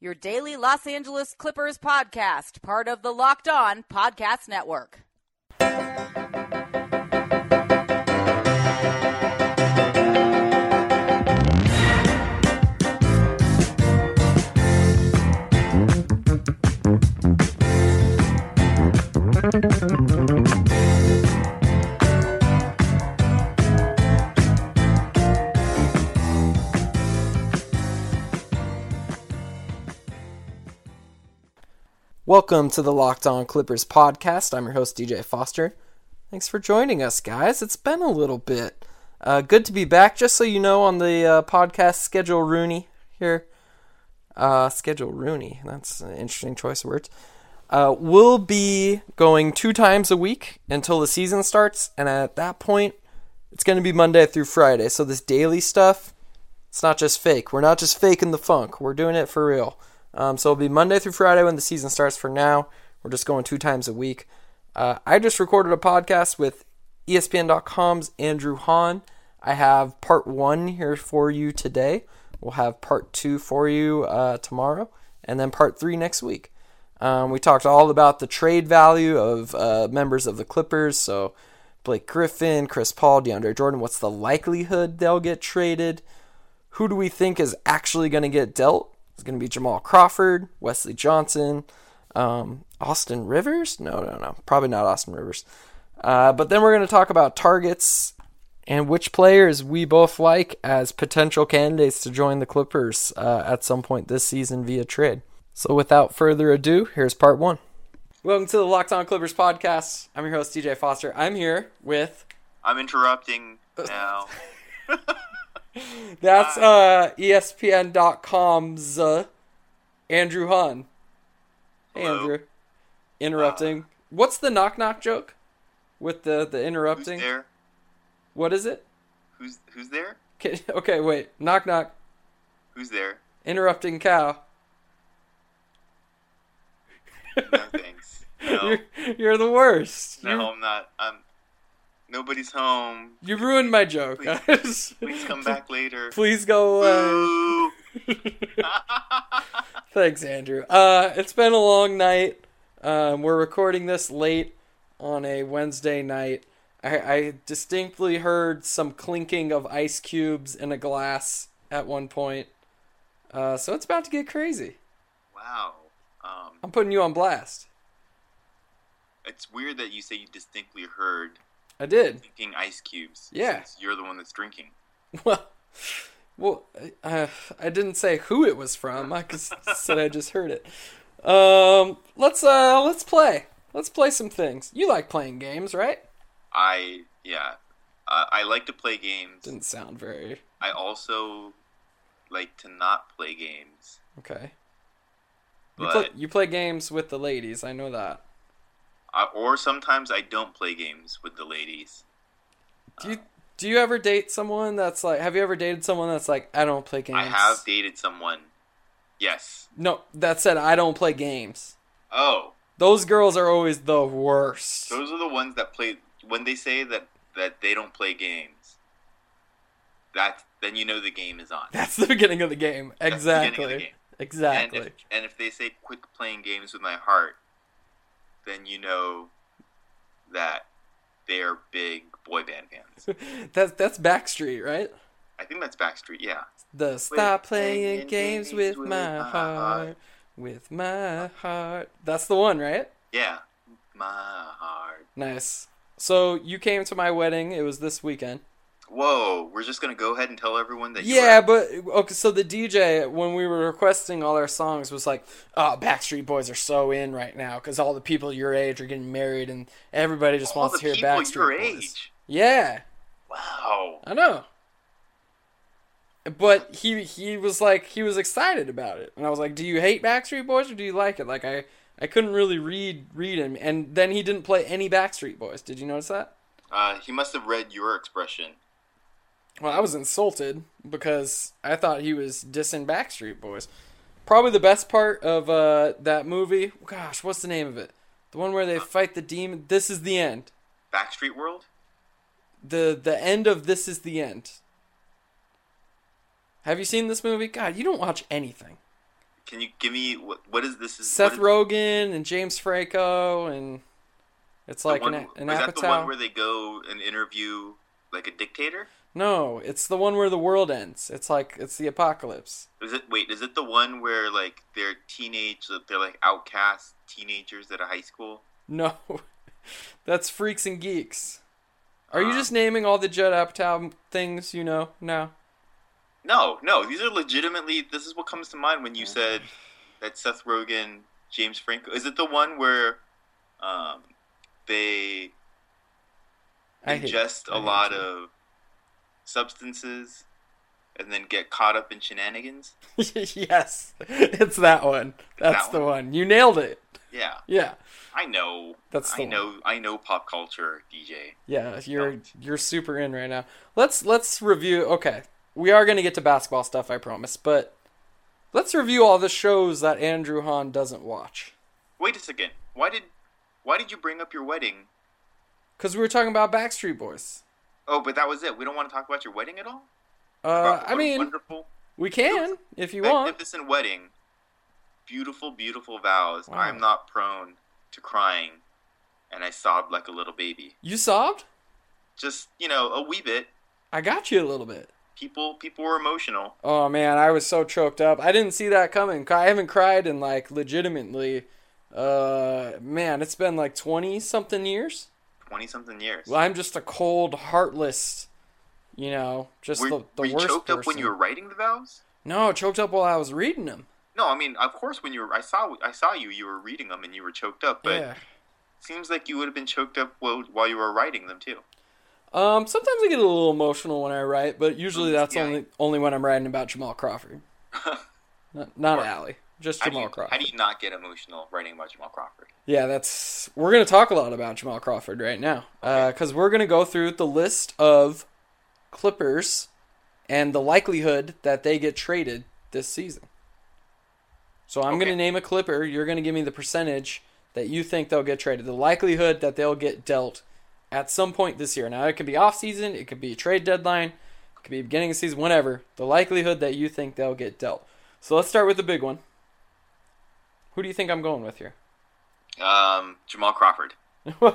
your daily Los Angeles Clippers podcast, part of the Locked On Podcast Network. Welcome to the Locked On Clippers podcast. I'm your host, DJ Foster. Thanks for joining us, guys. It's been a little bit. Uh, good to be back. Just so you know, on the uh, podcast schedule, Rooney here. Uh, schedule Rooney. That's an interesting choice of words. Uh, we'll be going two times a week until the season starts, and at that point, it's going to be Monday through Friday. So this daily stuff, it's not just fake. We're not just faking the funk. We're doing it for real. Um, so it'll be Monday through Friday when the season starts. For now, we're just going two times a week. Uh, I just recorded a podcast with ESPN.com's Andrew Hahn. I have part one here for you today. We'll have part two for you uh, tomorrow, and then part three next week. Um, we talked all about the trade value of uh, members of the Clippers. So Blake Griffin, Chris Paul, DeAndre Jordan. What's the likelihood they'll get traded? who do we think is actually going to get dealt? It's going to be Jamal Crawford, Wesley Johnson, um, Austin Rivers. No, no, no, probably not Austin Rivers. Uh, but then we're going to talk about targets and which players we both like as potential candidates to join the Clippers uh, at some point this season via trade. So without further ado, here's part one. Welcome to the Locked On Clippers podcast. I'm your host DJ Foster. I'm here with I'm interrupting Uh, now. That's uh, ESPN.com's uh, Andrew Hahn. Hey, Hello. Uh, Andrew. Interrupting. What's the knock knock joke with the, the Who's interrupting? there? What is it? Who's who's there? Okay, okay, wait. Knock knock. Who's there? Interrupting cow. No thanks. No, You're, you're the worst. Oh. no, You, I'm not. I'm. Nobody's home. you ruined my joke, guys. Please come back later. Please uh, go away. Boo. Thanks, Andrew. Uh, it's been a long night. Um, we're recording this late on a Wednesday night. I, I distinctly heard some clinking of ice cubes in a glass at one point. Uh, so it's about to get crazy. Wow. Um, I'm putting you on blast. it's weird that you say you distinctly heard I did. drinking ice cubes. Yeah. since you're the one that's drinking. Well, well, uh, I didn't say who it was from. I just said I just heard it. Um, let's uh, let's play. Let's play some things. You like playing games, right? I yeah. Uh, I like to play games. Didn't sound very I also like to not play games. Okay. You, play, But you play games with the ladies. I know that. I, Uh, or sometimes I don't play games with the ladies. Do you Uh, do you ever date someone that's like? Have you ever dated someone that's like? I don't play games. I have dated someone. Yes. No, that said, I don't play games. Oh, Those girls are always the worst. those are the ones that play when they say that that they don't play games. That then you know the game is on. That's the beginning of the game. That's the beginning of Exactly. the game. Exactly. And if, and if they say quit playing games with my heart, then you know that they are big boy band fans. that's that's Backstreet, right? I think that's Backstreet. Yeah. The stop playing playing games games with with my my heart, heart. with my heart. That's the one, right? Yeah. My heart. Nice. So you came to my wedding. It was this weekend. Whoa, we're just gonna go ahead and tell everyone that. you Yeah, were- but okay. So the DJ, when we were requesting all our songs, was like, "Oh, Backstreet Boys are so in right now because all the people your age are getting married, and everybody just All wants the to hear people Backstreet your Boys." age. Yeah, Wow. I know. but he he was like he was excited about it, and I was like, "Do you hate Backstreet Boys or do you like it?" Like I I couldn't really read read him, and then he didn't play any Backstreet Boys. Did you notice that? Uh, he must have read your expression. Well, I was insulted because I thought he was dissing Backstreet Boys. Probably the best part of uh, that movie. Gosh, what's the name of it? The one where they fight the demon. This is the end. Backstreet World? The the end of this is the end. Have you seen this movie? God, you don't watch anything. Can you give me what? What is this? Is Seth what is- Rogen and James Franco and it's the like one- an, an is that the one Apatow. where they go and interview like a dictator? no, it's the one where the world ends. It's like it's the apocalypse. Is it wait? Is it the one where like they're teenage, they're like outcast teenagers at a high school? No, that's Freaks and Geeks. Are you Uh. just naming all the Judd Apatow things you know now? No, no. These are legitimately. This is what comes to mind when you Oh. said that Seth Rogen, James Franco. Is it the one where um, they I hate- ingest I a hate lot you. of substances and then get caught up in shenanigans? yes, it's that one. That's That the one. one. You nailed it. Yeah, Yeah, I know. That's the I know. I know pop culture, DJ. yeah. You're Don't. you're super in right now. Let's let's review. Okay, we are gonna get to basketball stuff, I promise. But let's review all the shows that Andrew Hahn doesn't watch. Wait a second. Why did Why did you bring up your wedding? Cause we were talking about Backstreet Boys. Oh, but that was it. We don't want to talk about your wedding at all. Uh, Wow, what I a mean, wonderful, we can if you want. magnificent wedding, beautiful, beautiful vows. Wow. I'm not prone to crying, and I sobbed like a little baby. You sobbed? Just you know, a wee bit. I got you a little bit. People, people were emotional. Oh man, I was so choked up. I didn't see that coming. I haven't cried in like legitimately uh man, it's been like 20 something years. Twenty something years. Well, I'm just a cold, heartless, you know, just were, the, the were you worst choked person. up when you were writing the vows? No, choked up while I was reading them. No, I mean, of course, when you were, I saw, I saw you. You were reading them, and you were choked up. But yeah. seems like you would have been choked up while, while you were writing them too. Um sometimes I get a little emotional when I write, but usually that's Mm, Yeah. only only when I'm writing about Jamal Crawford. not not Right. Allie, just How do, Jamal you, Crawford. how do you not get emotional writing about Jamal Crawford? Yeah, that's. We're going to talk a lot about Jamal Crawford right now because we're going to go through the list of Clippers and the likelihood that they get traded this season. So I'm going Okay. to name a Clipper. You're going to give me the percentage that you think they'll get traded, the likelihood that they'll get dealt at some point this year. Now, it could be off season, it could be trade deadline, it could be beginning of season, whenever. The likelihood that you think they'll get dealt. So let's start with the big one. Who do you think I'm going with here? Um, Jamal Crawford. uh,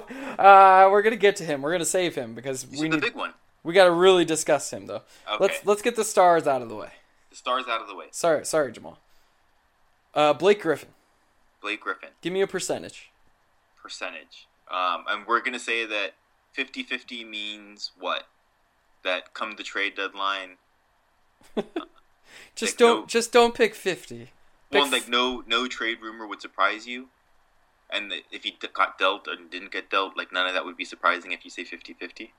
we're gonna get to him. We're gonna save him because This we is the need, big one. we gotta really discuss him though. Okay. Let's let's get the stars out of the way. The stars out of the way. Sorry, sorry, Jamal. Uh, Blake Griffin, Blake Griffin give me a percentage. percentage. Um, and we're gonna say that 50-50 means what? That come the trade deadline. Just Pick don't no- just don't pick fifty. Pick Well, like f- no no trade rumor would surprise you, and that if he d- got dealt and didn't get dealt, like none of that would be surprising if you say 50-50.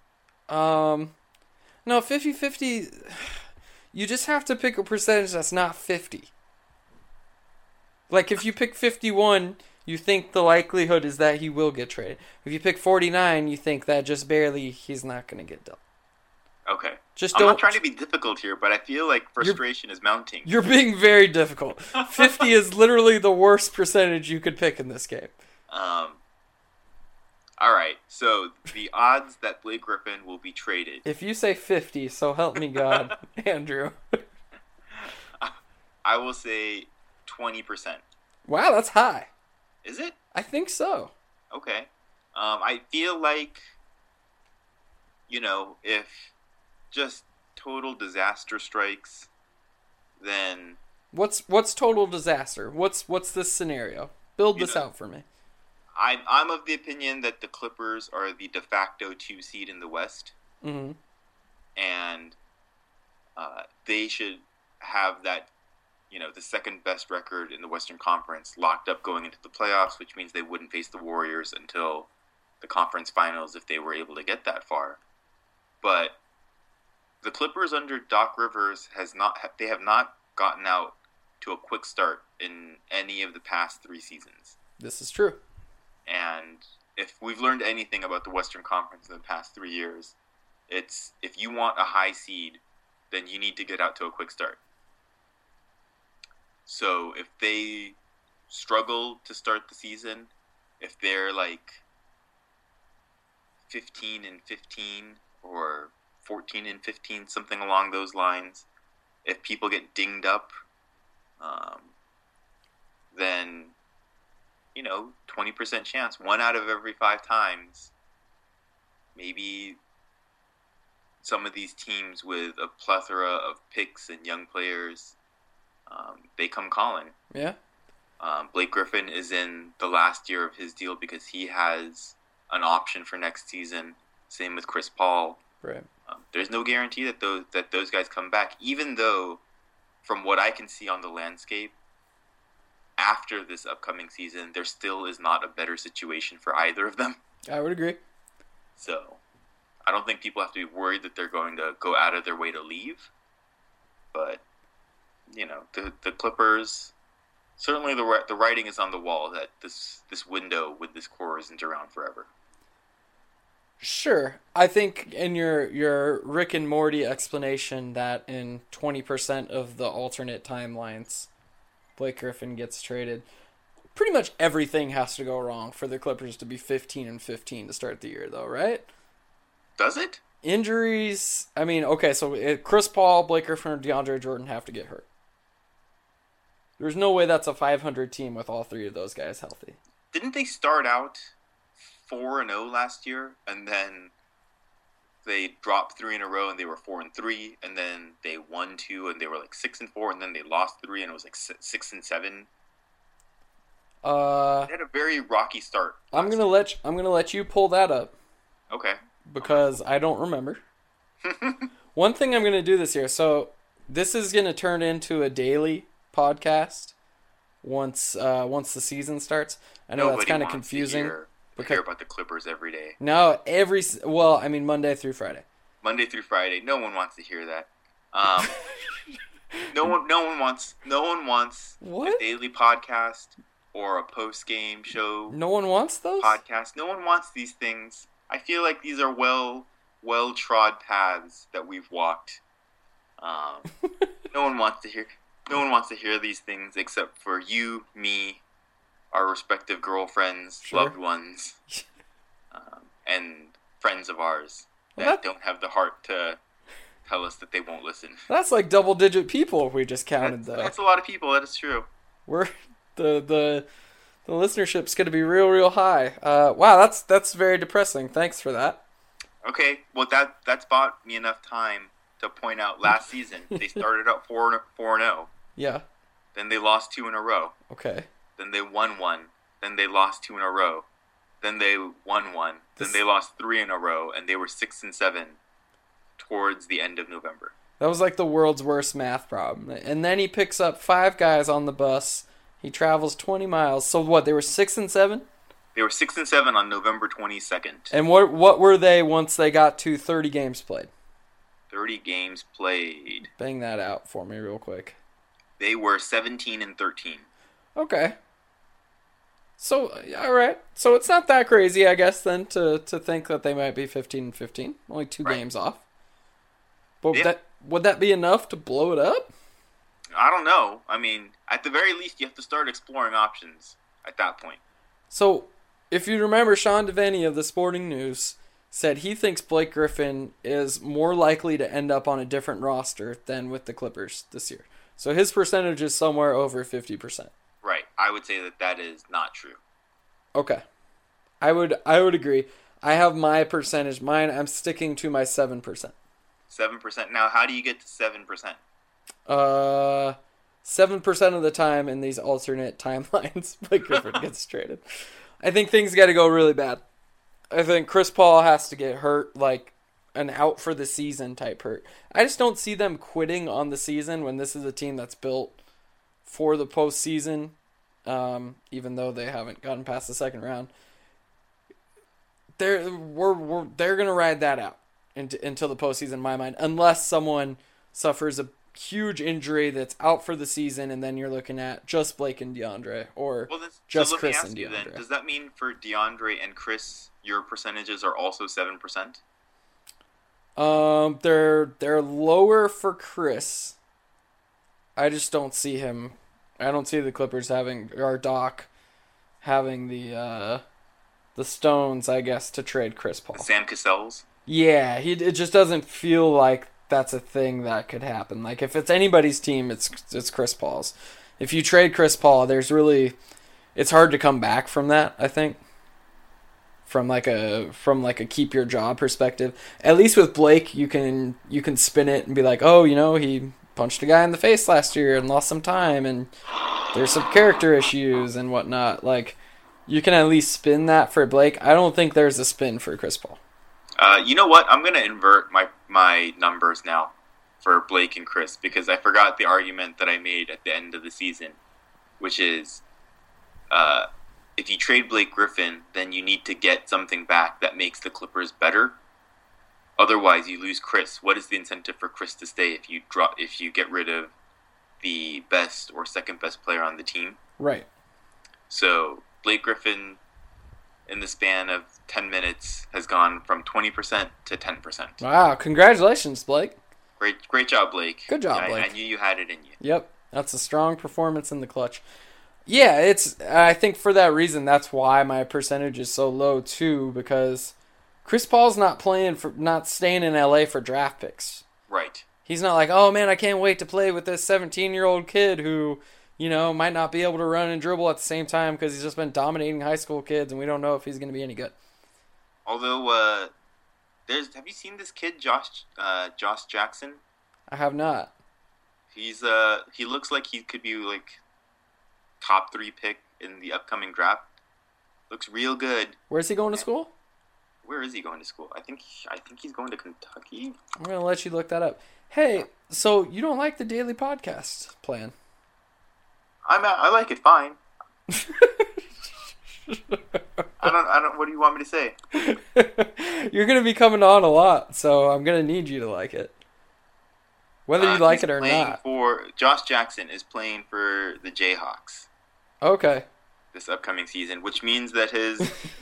um, no 50-50 You just have to pick a percentage that's not fifty. Like if you pick fifty-one, you think the likelihood is that he will get traded. If you pick forty-nine, you think that just barely he's not gonna get dealt. Okay. Just I'm don't- not trying to be difficult here, but I feel like frustration is mounting. You're being very difficult. 50 is literally the worst percentage you could pick in this game. Um, all right. So the odds that Blake Griffin will be traded. If you say 50, so help me God, Andrew. I will say twenty percent. Wow, that's high. Is it I think so. okay? Um, I feel like, you know, if just total disaster strikes, then What's what's total disaster? What's what's this scenario? Build You this know- out for me. I'm I'm of the opinion that the Clippers are the de facto two seed in the West, Mhm. and uh, they should have that, you know, the second best record in the Western Conference locked up going into the playoffs, which means they wouldn't face the Warriors until the conference finals if they were able to get that far. But the Clippers under Doc Rivers has not ha- they have not gotten out to a quick start in any of the past three seasons. This is true. And if we've learned anything about the Western Conference in the past three years, it's if you want a high seed, then you need to get out to a quick start. So if they struggle to start the season, if they're like 15 and 15 or 14 and 15, something along those lines, if people get dinged up, um, then, you know, 20% chance, one out of every five times, maybe some of these teams with a plethora of picks and young players, um, they come calling. Yeah. Um, Blake Griffin is in the last year of his deal because he has an option for next season. Same with Chris Paul. Right. Um, there's no guarantee that those that those guys come back. Even though, from what I can see on the landscape, after this upcoming season, there still is not a better situation for either of them. I would agree. So, I don't think people have to be worried that they're going to go out of their way to leave. But you know, the the Clippers certainly the wri- the writing is on the wall that this this window with this core isn't around forever. Sure. I think in your your Rick and Morty explanation that in 20% of the alternate timelines Blake Griffin gets traded, pretty much everything has to go wrong for the Clippers to be 15 and 15 to start the year though, right? Does it? Injuries, I mean, okay, so if Chris Paul, Blake Griffin, or DeAndre Jordan have to get hurt. There's no way that's a 500 team with all three of those guys healthy. Didn't they start out four and zero last year, and then they dropped three in a row, and they were four and three, and then they won two, and they were like six and four, and then they lost three, and it was like si- six and seven. Uh They had a very rocky start. I'm going to let you, I'm going to let you pull that up. Okay. because I don't remember. One thing I'm going to do this year. So this is going to turn into a daily podcast once uh, once the season starts. I know that's Nobody kind of wants to confusing. hear- to because- hear about the Clippers every day, No, every s- well, I mean Monday through Friday. Monday through Friday. No one wants to hear that. Um, no one, no one wants, no one wants What? a daily podcast or a post game show No one wants those. podcast. No one wants these things. I feel like these are well, well trod paths that we've walked. Um, no one wants to hear. No one wants to hear these things except for you, me, our respective girlfriends, Sure. loved ones, um, and friends of ours that Well, that- don't have the heart to tell us that they won't listen. That's like double digit people we just counted That's, though. that's a lot of people. That is true. We're the the the listenership's going to be real real high. Uh, wow, that's that's very depressing. Thanks for that. Okay, well that that's bought me enough time to point out last season they started out four and- four and zero, Yeah. then they lost two in a row, Okay. then they won one, then they lost two in a row, then they won one, This- then they lost three in a row, and they were six and seven towards the end of November. That was like the world's worst math problem. And then he picks up five guys on the bus. He travels 20 miles. So what? They were six and seven. They were six and seven on November twenty second. And what what were they once they got to 30 games played? Thirty games played. Bang that out for me real quick. They were seventeen and thirteen. Okay. So uh, all right. So it's not that crazy, I guess, then to to think that they might be 15 and 15, only two Right. games off. But would Yeah. that would that be enough to blow it up? I don't know. I mean, at the very least, you have to start exploring options at that point. So, if you remember, Sean Devaney of the Sporting News said he thinks Blake Griffin is more likely to end up on a different roster than with the Clippers this year. So his percentage is somewhere over 50%. Right. I would say that that is not true. Okay. I would I would agree. I have my percentage mine. I'm sticking to my 7%. 7%. Now, how do you get to 7%? Uh 7% of the time in these alternate timelines Blake Griffin gets traded. I think things got to go really bad. I think Chris Paul has to get hurt like an out for the season type hurt. I just don't see them quitting on the season when this is a team that's built for the postseason, um, even though they haven't gotten past the second round. They're we're, we're they're gonna ride that out, in, until the postseason, in my mind, unless someone suffers a huge injury that's out for the season, and then you're looking at just Blake and DeAndre or Well, that's, just so let Chris me ask and you then, DeAndre. does that mean for DeAndre and Chris, your percentages are also seven percent? Um, they're they're lower for Chris. I just don't see him. I don't see the Clippers having or Doc having the uh the stones, I guess, to trade Chris Paul. Sam Cassell's. Yeah, he it just doesn't feel like that's a thing that could happen. Like if it's anybody's team, it's it's Chris Paul's. If you trade Chris Paul, there's really it's hard to come back from that, I think. From like a from like a keep your job perspective. At least with Blake, you can you can spin it and be like, "Oh, you know, he punched a guy in the face last year and lost some time and there's some character issues and whatnot." Like you can at least spin that for Blake. I don't think there's a spin for Chris Paul. Uh, you know what? I'm gonna invert my my numbers now for Blake and Chris because I forgot the argument that I made at the end of the season, which is, uh, if you trade Blake Griffin, then you need to get something back that makes the Clippers better. Otherwise, you lose Chris. What is the incentive for Chris to stay if you drop if you get rid of the best or second best player on the team? Right. So Blake Griffin, in the span of ten minutes, has gone from twenty percent to ten percent. Wow, congratulations, Blake. Great, great job, Blake. Good job, I, I Blake. knew you had it in you. Yep, that's a strong performance in the clutch. Yeah, it's. I think for that reason, that's why my percentage is so low too, because Chris Paul's not playing for, not staying in LA for draft picks. Right. He's not like, oh man, I can't wait to play with this 17 year old kid who, you know, might not be able to run and dribble at the same time because he's just been dominating high school kids, and we don't know if he's going to be any good. Although, uh, there's have you seen this kid, Josh, uh, Josh Jackson? I have not. He's uh, he looks like he could be like top three pick in the upcoming draft. Looks real good. Where's he going to school? Where is he going to school? I think I think he's going to Kentucky. I'm going to let you look that up. Hey, so you don't like the daily podcast plan? I'm a- I like it fine. I don't I don't. What do you want me to say? You're gonna be coming on a lot, so I'm gonna need you to like it, whether Uh, you like he's it or playing not. For Josh Jackson is playing for the Jayhawks. Okay, this upcoming season, which means that his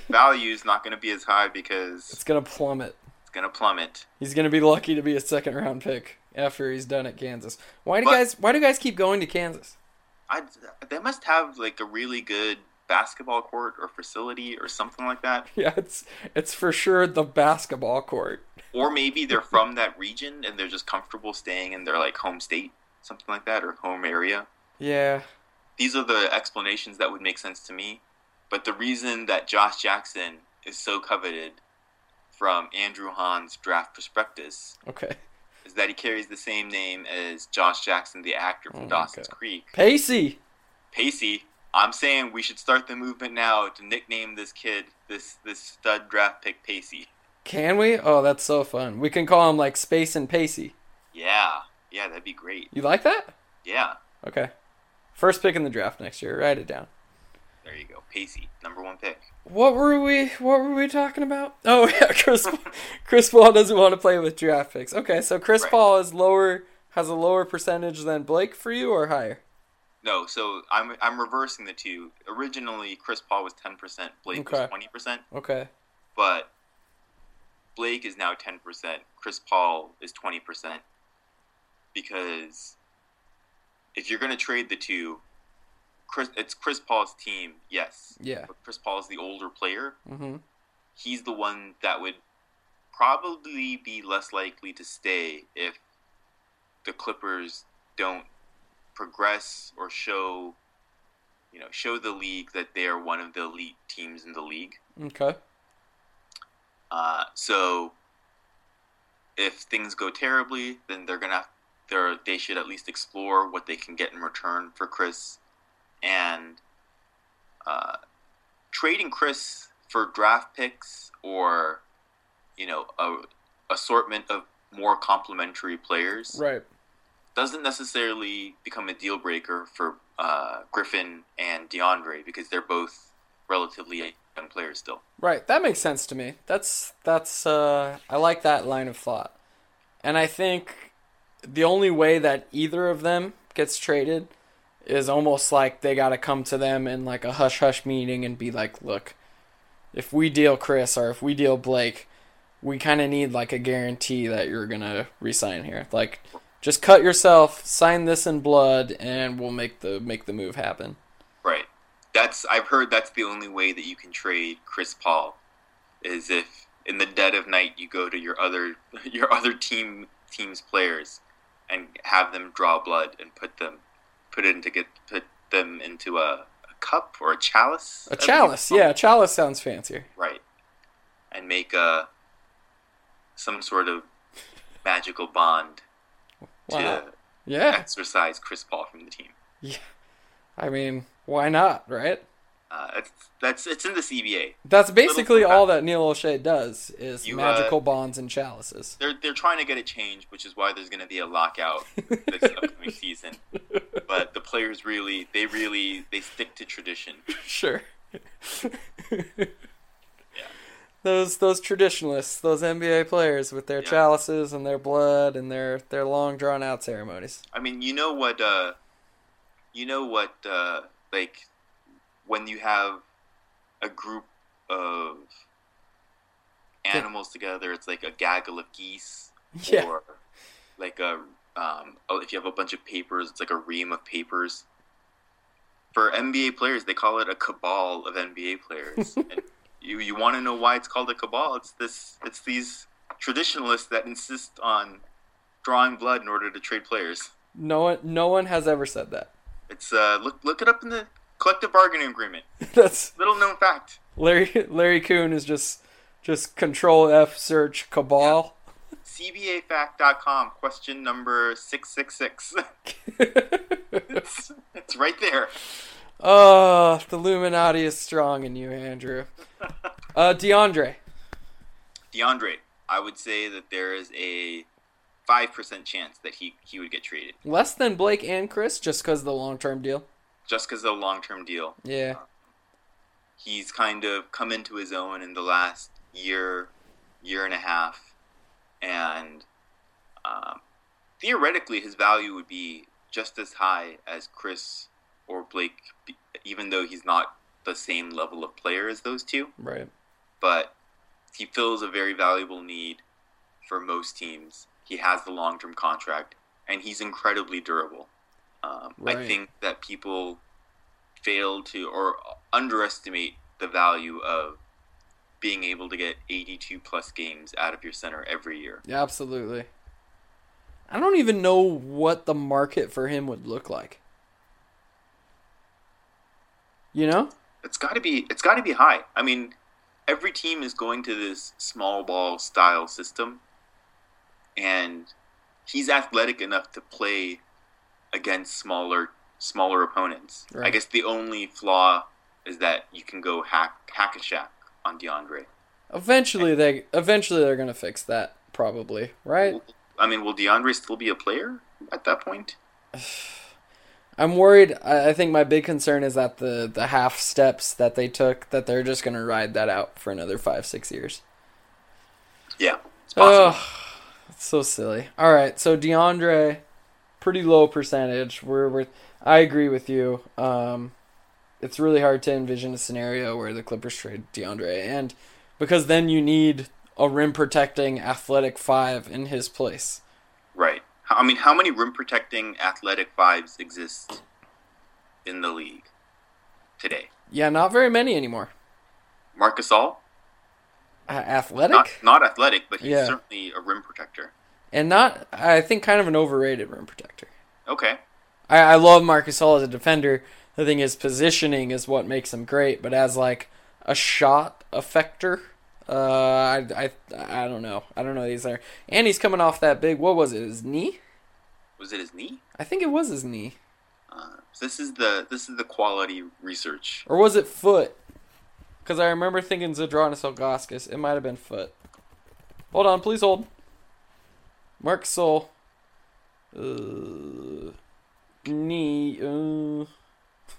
value is not going to be as high because it's gonna plummet. it's going to plummet. He's gonna be lucky to be a second round pick after he's done at Kansas. Why do But- guys? Why do guys keep going to Kansas? I, they must have like a really good basketball court or facility or something like that, Yeah, it's it's for sure the basketball court. or maybe they're from that region and they're just comfortable staying in their like home state, something like that, or home area. Yeah, These are the explanations that would make sense to me. But the reason that Josh Jackson is so coveted from Andrew Hahn's draft prospectus okay. is that he carries the same name as Josh Jackson, the actor Oh from my Dawson's God. Creek. Pacey, Pacey, I'm saying we should start the movement now to nickname this kid, this this stud draft pick Pacey. can we? Oh, that's so fun. We can call him like Space and Pacey. Yeah, yeah, that'd be great. You like that? Yeah, Okay. First pick in the draft next year. Write it down. there you go, Pacey, number one pick. What were we? What were we talking about? Oh yeah, Chris. Chris Paul doesn't want to play with draft picks. Okay, so Chris Right. Paul is lower, has a lower percentage than Blake for you, or higher? No, so I'm I'm reversing the two. Originally, Chris Paul was 10%, Blake was Okay. 20%, Okay, but Blake is now 10%, Chris Paul is 20%. Because if you're going to trade the two, Chris, it's Chris Paul's team, yes. yeah. But Chris Paul's the older player. Mm-hmm. He's the one that would probably be less likely to stay if the Clippers don't progress or show you know, show the league that they are one of the elite teams in the league. Okay. Uh, so if things go terribly, then they're gonna they're, they should at least explore what they can get in return for Chris, and uh, trading Chris for draft picks or you know a assortment of more complementary players Right. doesn't necessarily become a deal breaker for uh, Griffin and DeAndre because they're both relatively young players still. Right, that makes sense to me. That's that's uh, I like that line of thought, and I think the only way that either of them gets traded is almost like they got to come to them in like a hush hush meeting and be like, look, if we deal Chris or if we deal Blake, we kind of need like a guarantee that you're gonna resign here. Like, just cut yourself, sign this in blood, and we'll make the make the move happen. Right. That's I've heard that's the only way that you can trade Chris Paul is if in the dead of night you go to your other your other team team's players and have them draw blood and put them put it into get put them into a, a cup or a chalice. A I think chalice, it's called. yeah, a chalice sounds fancier. Right. And make a some sort of magical bond Wow. to Yeah, exercise Chris Paul from the team. I mean, why not, right? Uh, it's, that's it's in the CBA. That's basically bit all that Neil O'Shea does is You, uh, magical bonds and chalices. They're they're trying to get it changed, which is why there's going to be a lockout this upcoming season. But the players really they really they stick to tradition. Sure. Those those traditionalists, those NBA players with their Yeah. chalices and their blood and their their long drawn out ceremonies. I mean, you know what? Uh, you know what? Uh, like when you have a group of animals together, it's like a gaggle of geese, Yeah. or like a um, oh, if you have a bunch of papers, it's like a ream of papers. For NBA players, they call it a cabal of NBA players. and you you want to know why it's called a cabal? It's this. It's these traditionalists that insist on drawing blood in order to trade players. No one no one has ever said that. It's uh, look look it up in the collective bargaining agreement. That's Little known fact. Larry Larry Kuhn is just just control F search cabal. CBAfact.com, question number six six six. It's it's right there. Oh, the Illuminati is strong in you, Andrew. Uh DeAndre. DeAndre, I would say that there is a five percent chance that he he would get traded Less than Blake and Chris just cuz of the long term deal. just because of the long term deal. Yeah. He's kind of come into his own in the last year, year and a half, and um, theoretically his value would be just as high as Chris or Blake, be- even though he's not the same level of player as those two. Right. But he fills a very valuable need for most teams. He has the long term contract, and he's incredibly durable. Um, I Right. think that people fail to or underestimate the value of being able to get 82 plus games out of your center every year. Yeah, absolutely. I don't even know what the market for him would look like. You know? It's got to be. It's got to be high. I mean, every team is going to this small ball style system, and he's athletic enough to play against smaller smaller opponents. I Right. guess the only flaw is that you can go hack hack a shack on DeAndre. Eventually they eventually they're going to fix that probably, right? I mean, will DeAndre still be a player at that point? I'm worried I I think my big concern is that the the half steps that they took that they're just going to ride that out for another 5-6 years. Yeah, it's possible. Ugh, it's so silly. All right, so DeAndre, pretty low percentage. We're, we're I agree with you. Um, it's really hard to envision a scenario where the Clippers trade DeAndre, and because then you need a rim protecting athletic five in his place. Right. How- I mean, how many rim protecting athletic fives exist in the league today? Yeah, not very many anymore. Marcus All, Uh, athletic not not athletic, but he's Yeah. certainly a rim protector. and not I think kind of an overrated rim protector. Okay, I, I love Marcus Hall as a defender. I think his positioning is what makes him great, but as like a shot effector, uh, I, I I don't know. I don't know these are. And he's coming off that big. What was it? His knee? was it his knee? I think it was his knee, Uh, this is the this is the quality research. or was it foot? Because I remember thinking Zadronis Elgoskis. It might have been foot. Hold on, please hold. Mark Sol. Uh, knee. Uh,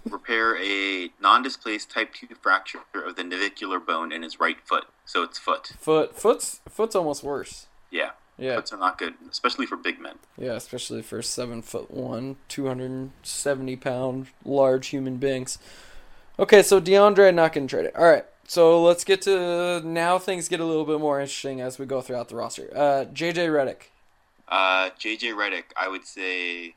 repair a non-displaced type 2 fracture of the navicular bone in his right foot. So it's foot. Foot foot's foot's almost worse. Yeah. Yeah. Foots are not good, especially for big men. Yeah, especially for seven foot one, two hundred and seventy pound large human beings. Okay, so DeAndre not gonna trade it. All right, so let's get to now. Things get a little bit more interesting as we go throughout the roster. Uh, JJ Reddick, Uh, JJ Reddick, I would say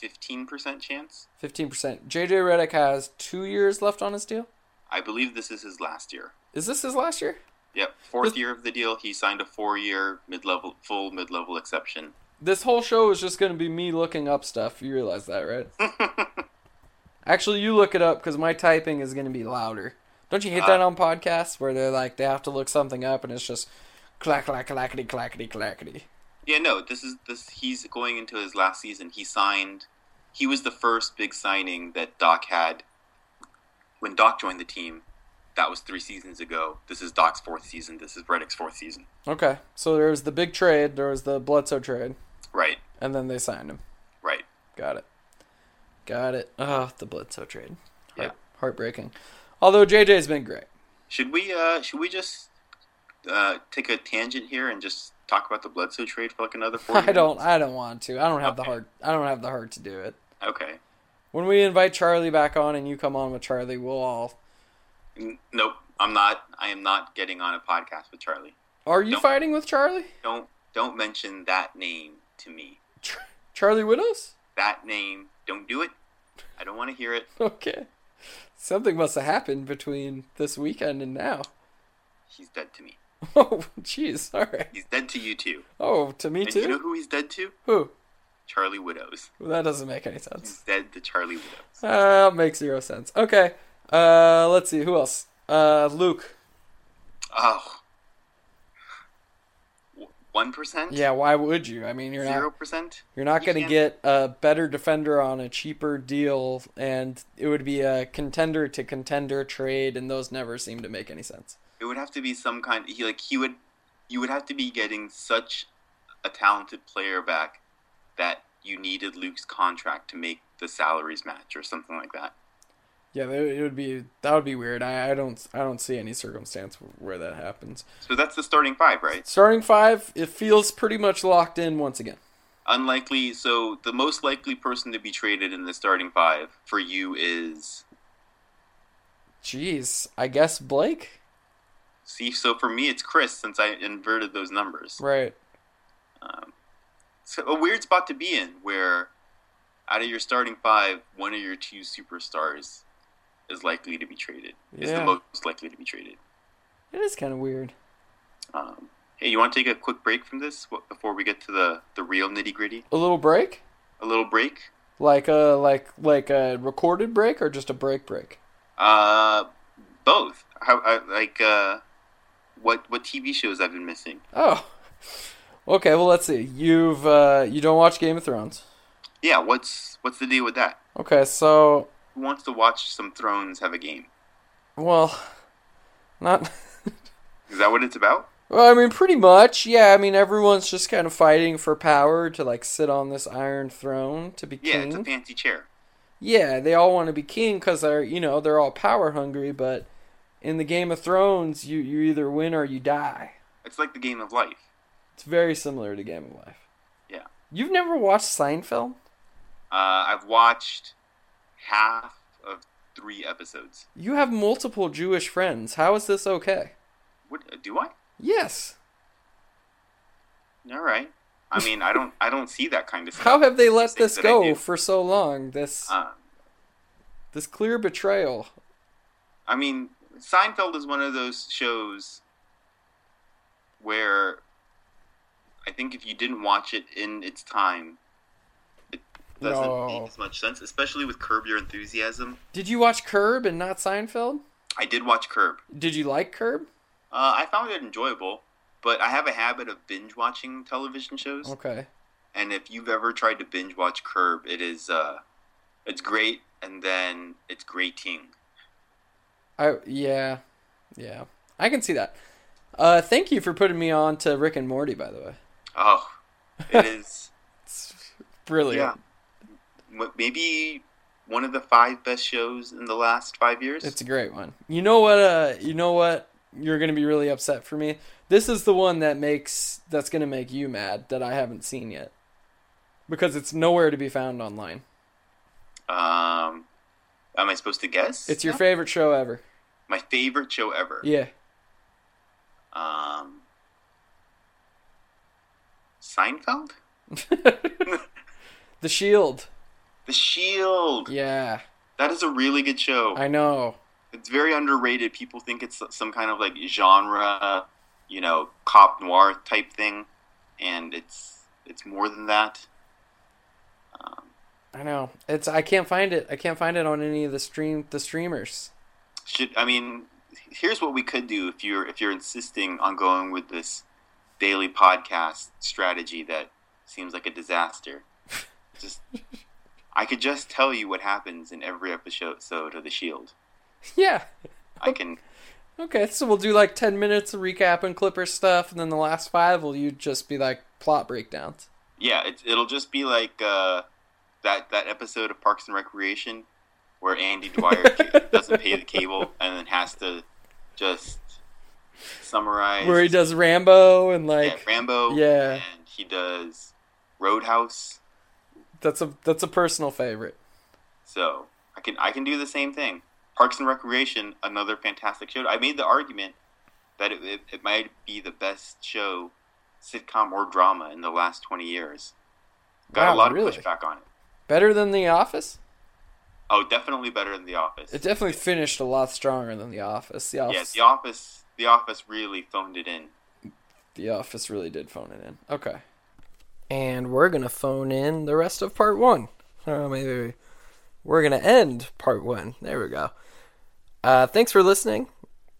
15% chance. fifteen percent. JJ Reddick has two years left on his deal. I believe this is his last year. Is this his last year? Yep, fourth year of the deal. He signed a four-year mid-level, full mid-level exception. This whole show is just gonna be me looking up stuff. You realize that, right? Actually, you look it up because my typing is gonna be louder. Don't you hate that Uh. on podcasts where they're like they have to look something up and it's just clack clack clackety clackety clackety. Yeah, no, this is this. He's going into his last season. He signed. He was the first big signing that Doc had. When Doc joined the team, that was three seasons ago. This is Doc's fourth season. This is Reddick's fourth season. Okay, so there was the big trade, there was the Bledsoe trade, Right, and then they signed him. right. Got it. Got it. Oh, the Bledsoe trade. Heart- Yeah. Heartbreaking. Although JJ's been great. Should we? Uh, should we just uh, take a tangent here and just talk about the Bledsoe trade for like another four? I don't. I don't want to. I don't have the Okay. heart. I don't have the heart to do it. Okay. When we invite Charlie back on and you come on with Charlie, we'll all. N- nope. I'm not. I am not getting on a podcast with Charlie. Are you Don't- fighting with Charlie? Don't don't mention that name to me. Ch- Charlie Widows? That name. Don't do it. I don't want to hear it. Okay. Something must have happened between this weekend and now. He's dead to me. Oh, jeez. All right. He's dead to you too. Oh, to me And you know too. who he's dead to? Who? Charlie Widows. That doesn't make any sense. He's dead to Charlie Widows. Uh, makes zero sense. Okay. Uh, let's see. Who else? Uh, Luke. Oh. One percent. Yeah. Why would you? I mean, you're Zero not. percent. You're not You going to can't- get a better defender on a cheaper deal, and it would be a contender to contender trade, and those never seem to make any sense. It would have to be some kind. He like he would. You would have to be getting such a talented player back that you needed Luke's contract to make the salaries match or something like that. Yeah, that- it would be that would be weird. I, I don't I don't see any circumstance where that happens. So that's the starting five, right? Starting five, it feels pretty much locked in once again. Unlikely. So the most likely person to be traded in the starting five for you is Jeez, I guess Blake. see. So for me, it's Chris since I inverted those numbers. Right. It's a weird spot to be in where out of your starting five, one of your two superstars is likely to be traded. Is Yeah. the most likely to be traded. It is kind of weird. Um, hey, you want to take a quick break from this wh- before we get to the, the real nitty gritty? A little break. A little break? Like a like like a recorded break or just a break break? Uh, both. How, I, like, uh, what what TV shows I've been missing? Oh. Okay, well let's see. You've uh you don't watch Game of Thrones. Yeah, what's what's the deal with that? Okay, so Who wants to watch some Thrones have a game? well not Is that what it's about? Well, I mean pretty much. Yeah, I mean everyone's just kind of fighting for power to like sit on this iron throne to be Yeah, king. it's a fancy chair. yeah, they all want to be king cuz they're, you know, they're all power hungry, but in the Game of Thrones, you you either win or you die. It's like the game of life. It's very similar to Game of Life. Yeah. You've never watched Seinfeld? Uh, I've watched half of three episodes. You have multiple Jewish friends. How is this okay? What do I? Yes. All right. I mean, I don't I don't see that kind of stuff. How have they let Things this that I go do. for so long? This Uh, this clear betrayal. I mean, Seinfeld is one of those shows where I think if you didn't watch it in its time, it doesn't No. make as much sense, especially with Curb Your Enthusiasm. Did you watch Curb and not Seinfeld? I did watch Curb. Did you like Curb? Uh, I found it enjoyable, but I have a habit of binge watching television shows. Okay. And if you've ever tried to binge watch Curb, it is uh, it's great, and then it's grating. I yeah. Yeah. I can see that. Uh thank you for putting me on to Rick and Morty by the way. Oh, it is. Brilliant. Yeah. M- Maybe one of the five best shows in the last five years. It's a great one. You know what? Uh, you know what? You're gonna be really upset for me. This is the one that makes that's gonna make you mad that I haven't seen yet, because it's nowhere to be found online. um, am I supposed to guess? It's your favorite show ever. my favorite show ever. Yeah, Um, Seinfeld, The Shield. The Shield. Yeah, That is a really good show. I know. it's very underrated. People think it's some kind of like genre, you know, cop noir type thing, and it's it's more than that. I know. It's I can't find it. I can't find it on any of the stream the streamers. Should I mean? Here's what we could do if you're if you're insisting on going with this daily podcast strategy that seems like a disaster. Just I could just tell you what happens in every episode of The Shield. Yeah. I can Okay, so we'll do like ten minutes of recap and Clipper stuff, and then the last five will you just be like plot breakdowns. Yeah, it, it'll just be like uh, that that episode of Parks and Recreation where Andy Dwyer ca- doesn't pay the cable and then has to just summarize. Where he does Rambo and yeah, like Rambo. Yeah. and he does Roadhouse. that's a that's a personal favorite. So I can I can do the same thing. Parks and Recreation, another fantastic show. I made the argument that it, it, it might be the best show, sitcom or drama in the last twenty years. Got Wow, a lot really? of pushback on it. Better than The Office? Oh, definitely better than The Office. It definitely finished a lot stronger than The Office. The Yeah, Office, the office. The office really phoned it in. the office really did phone it in. Okay. And we're gonna phone in the rest of part one. Oh, maybe we're gonna end part one. There we go. Uh, thanks for listening.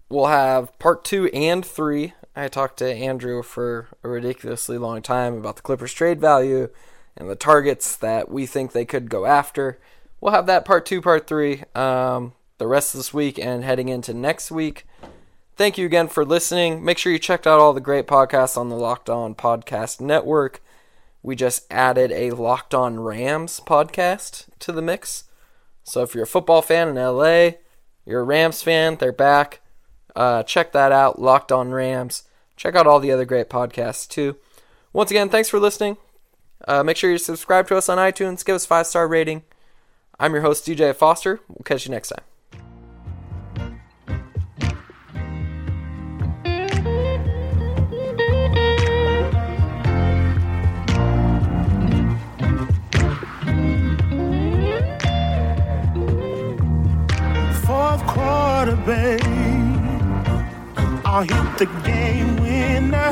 We'll have part two and three. I talked to Andrew for a ridiculously long time about the Clippers trade value and the targets that we think they could go after. We'll have that part two, part three, um, the rest of this week and heading into next week. Thank you again for listening. Make sure you checked out all the great podcasts on the Locked On Podcast Network. We just added a Locked On Rams podcast to the mix. So if you're a football fan in LA, you're a Rams fan, they're back. Uh, check that out, Locked On Rams. Check out all the other great podcasts too. Once again, thanks for listening. Uh, make sure you subscribe to us on iTunes. Give us a five star rating. I'm your host, DJ Foster. We'll catch you next time. fourth quarter, babe. I'll hit the game winner.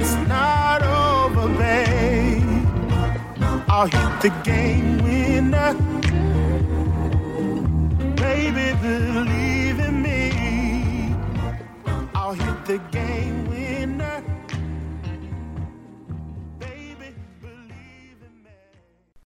It's not over, babe. I'll hit the game winner. Baby, believe in me. I'll hit the game winner.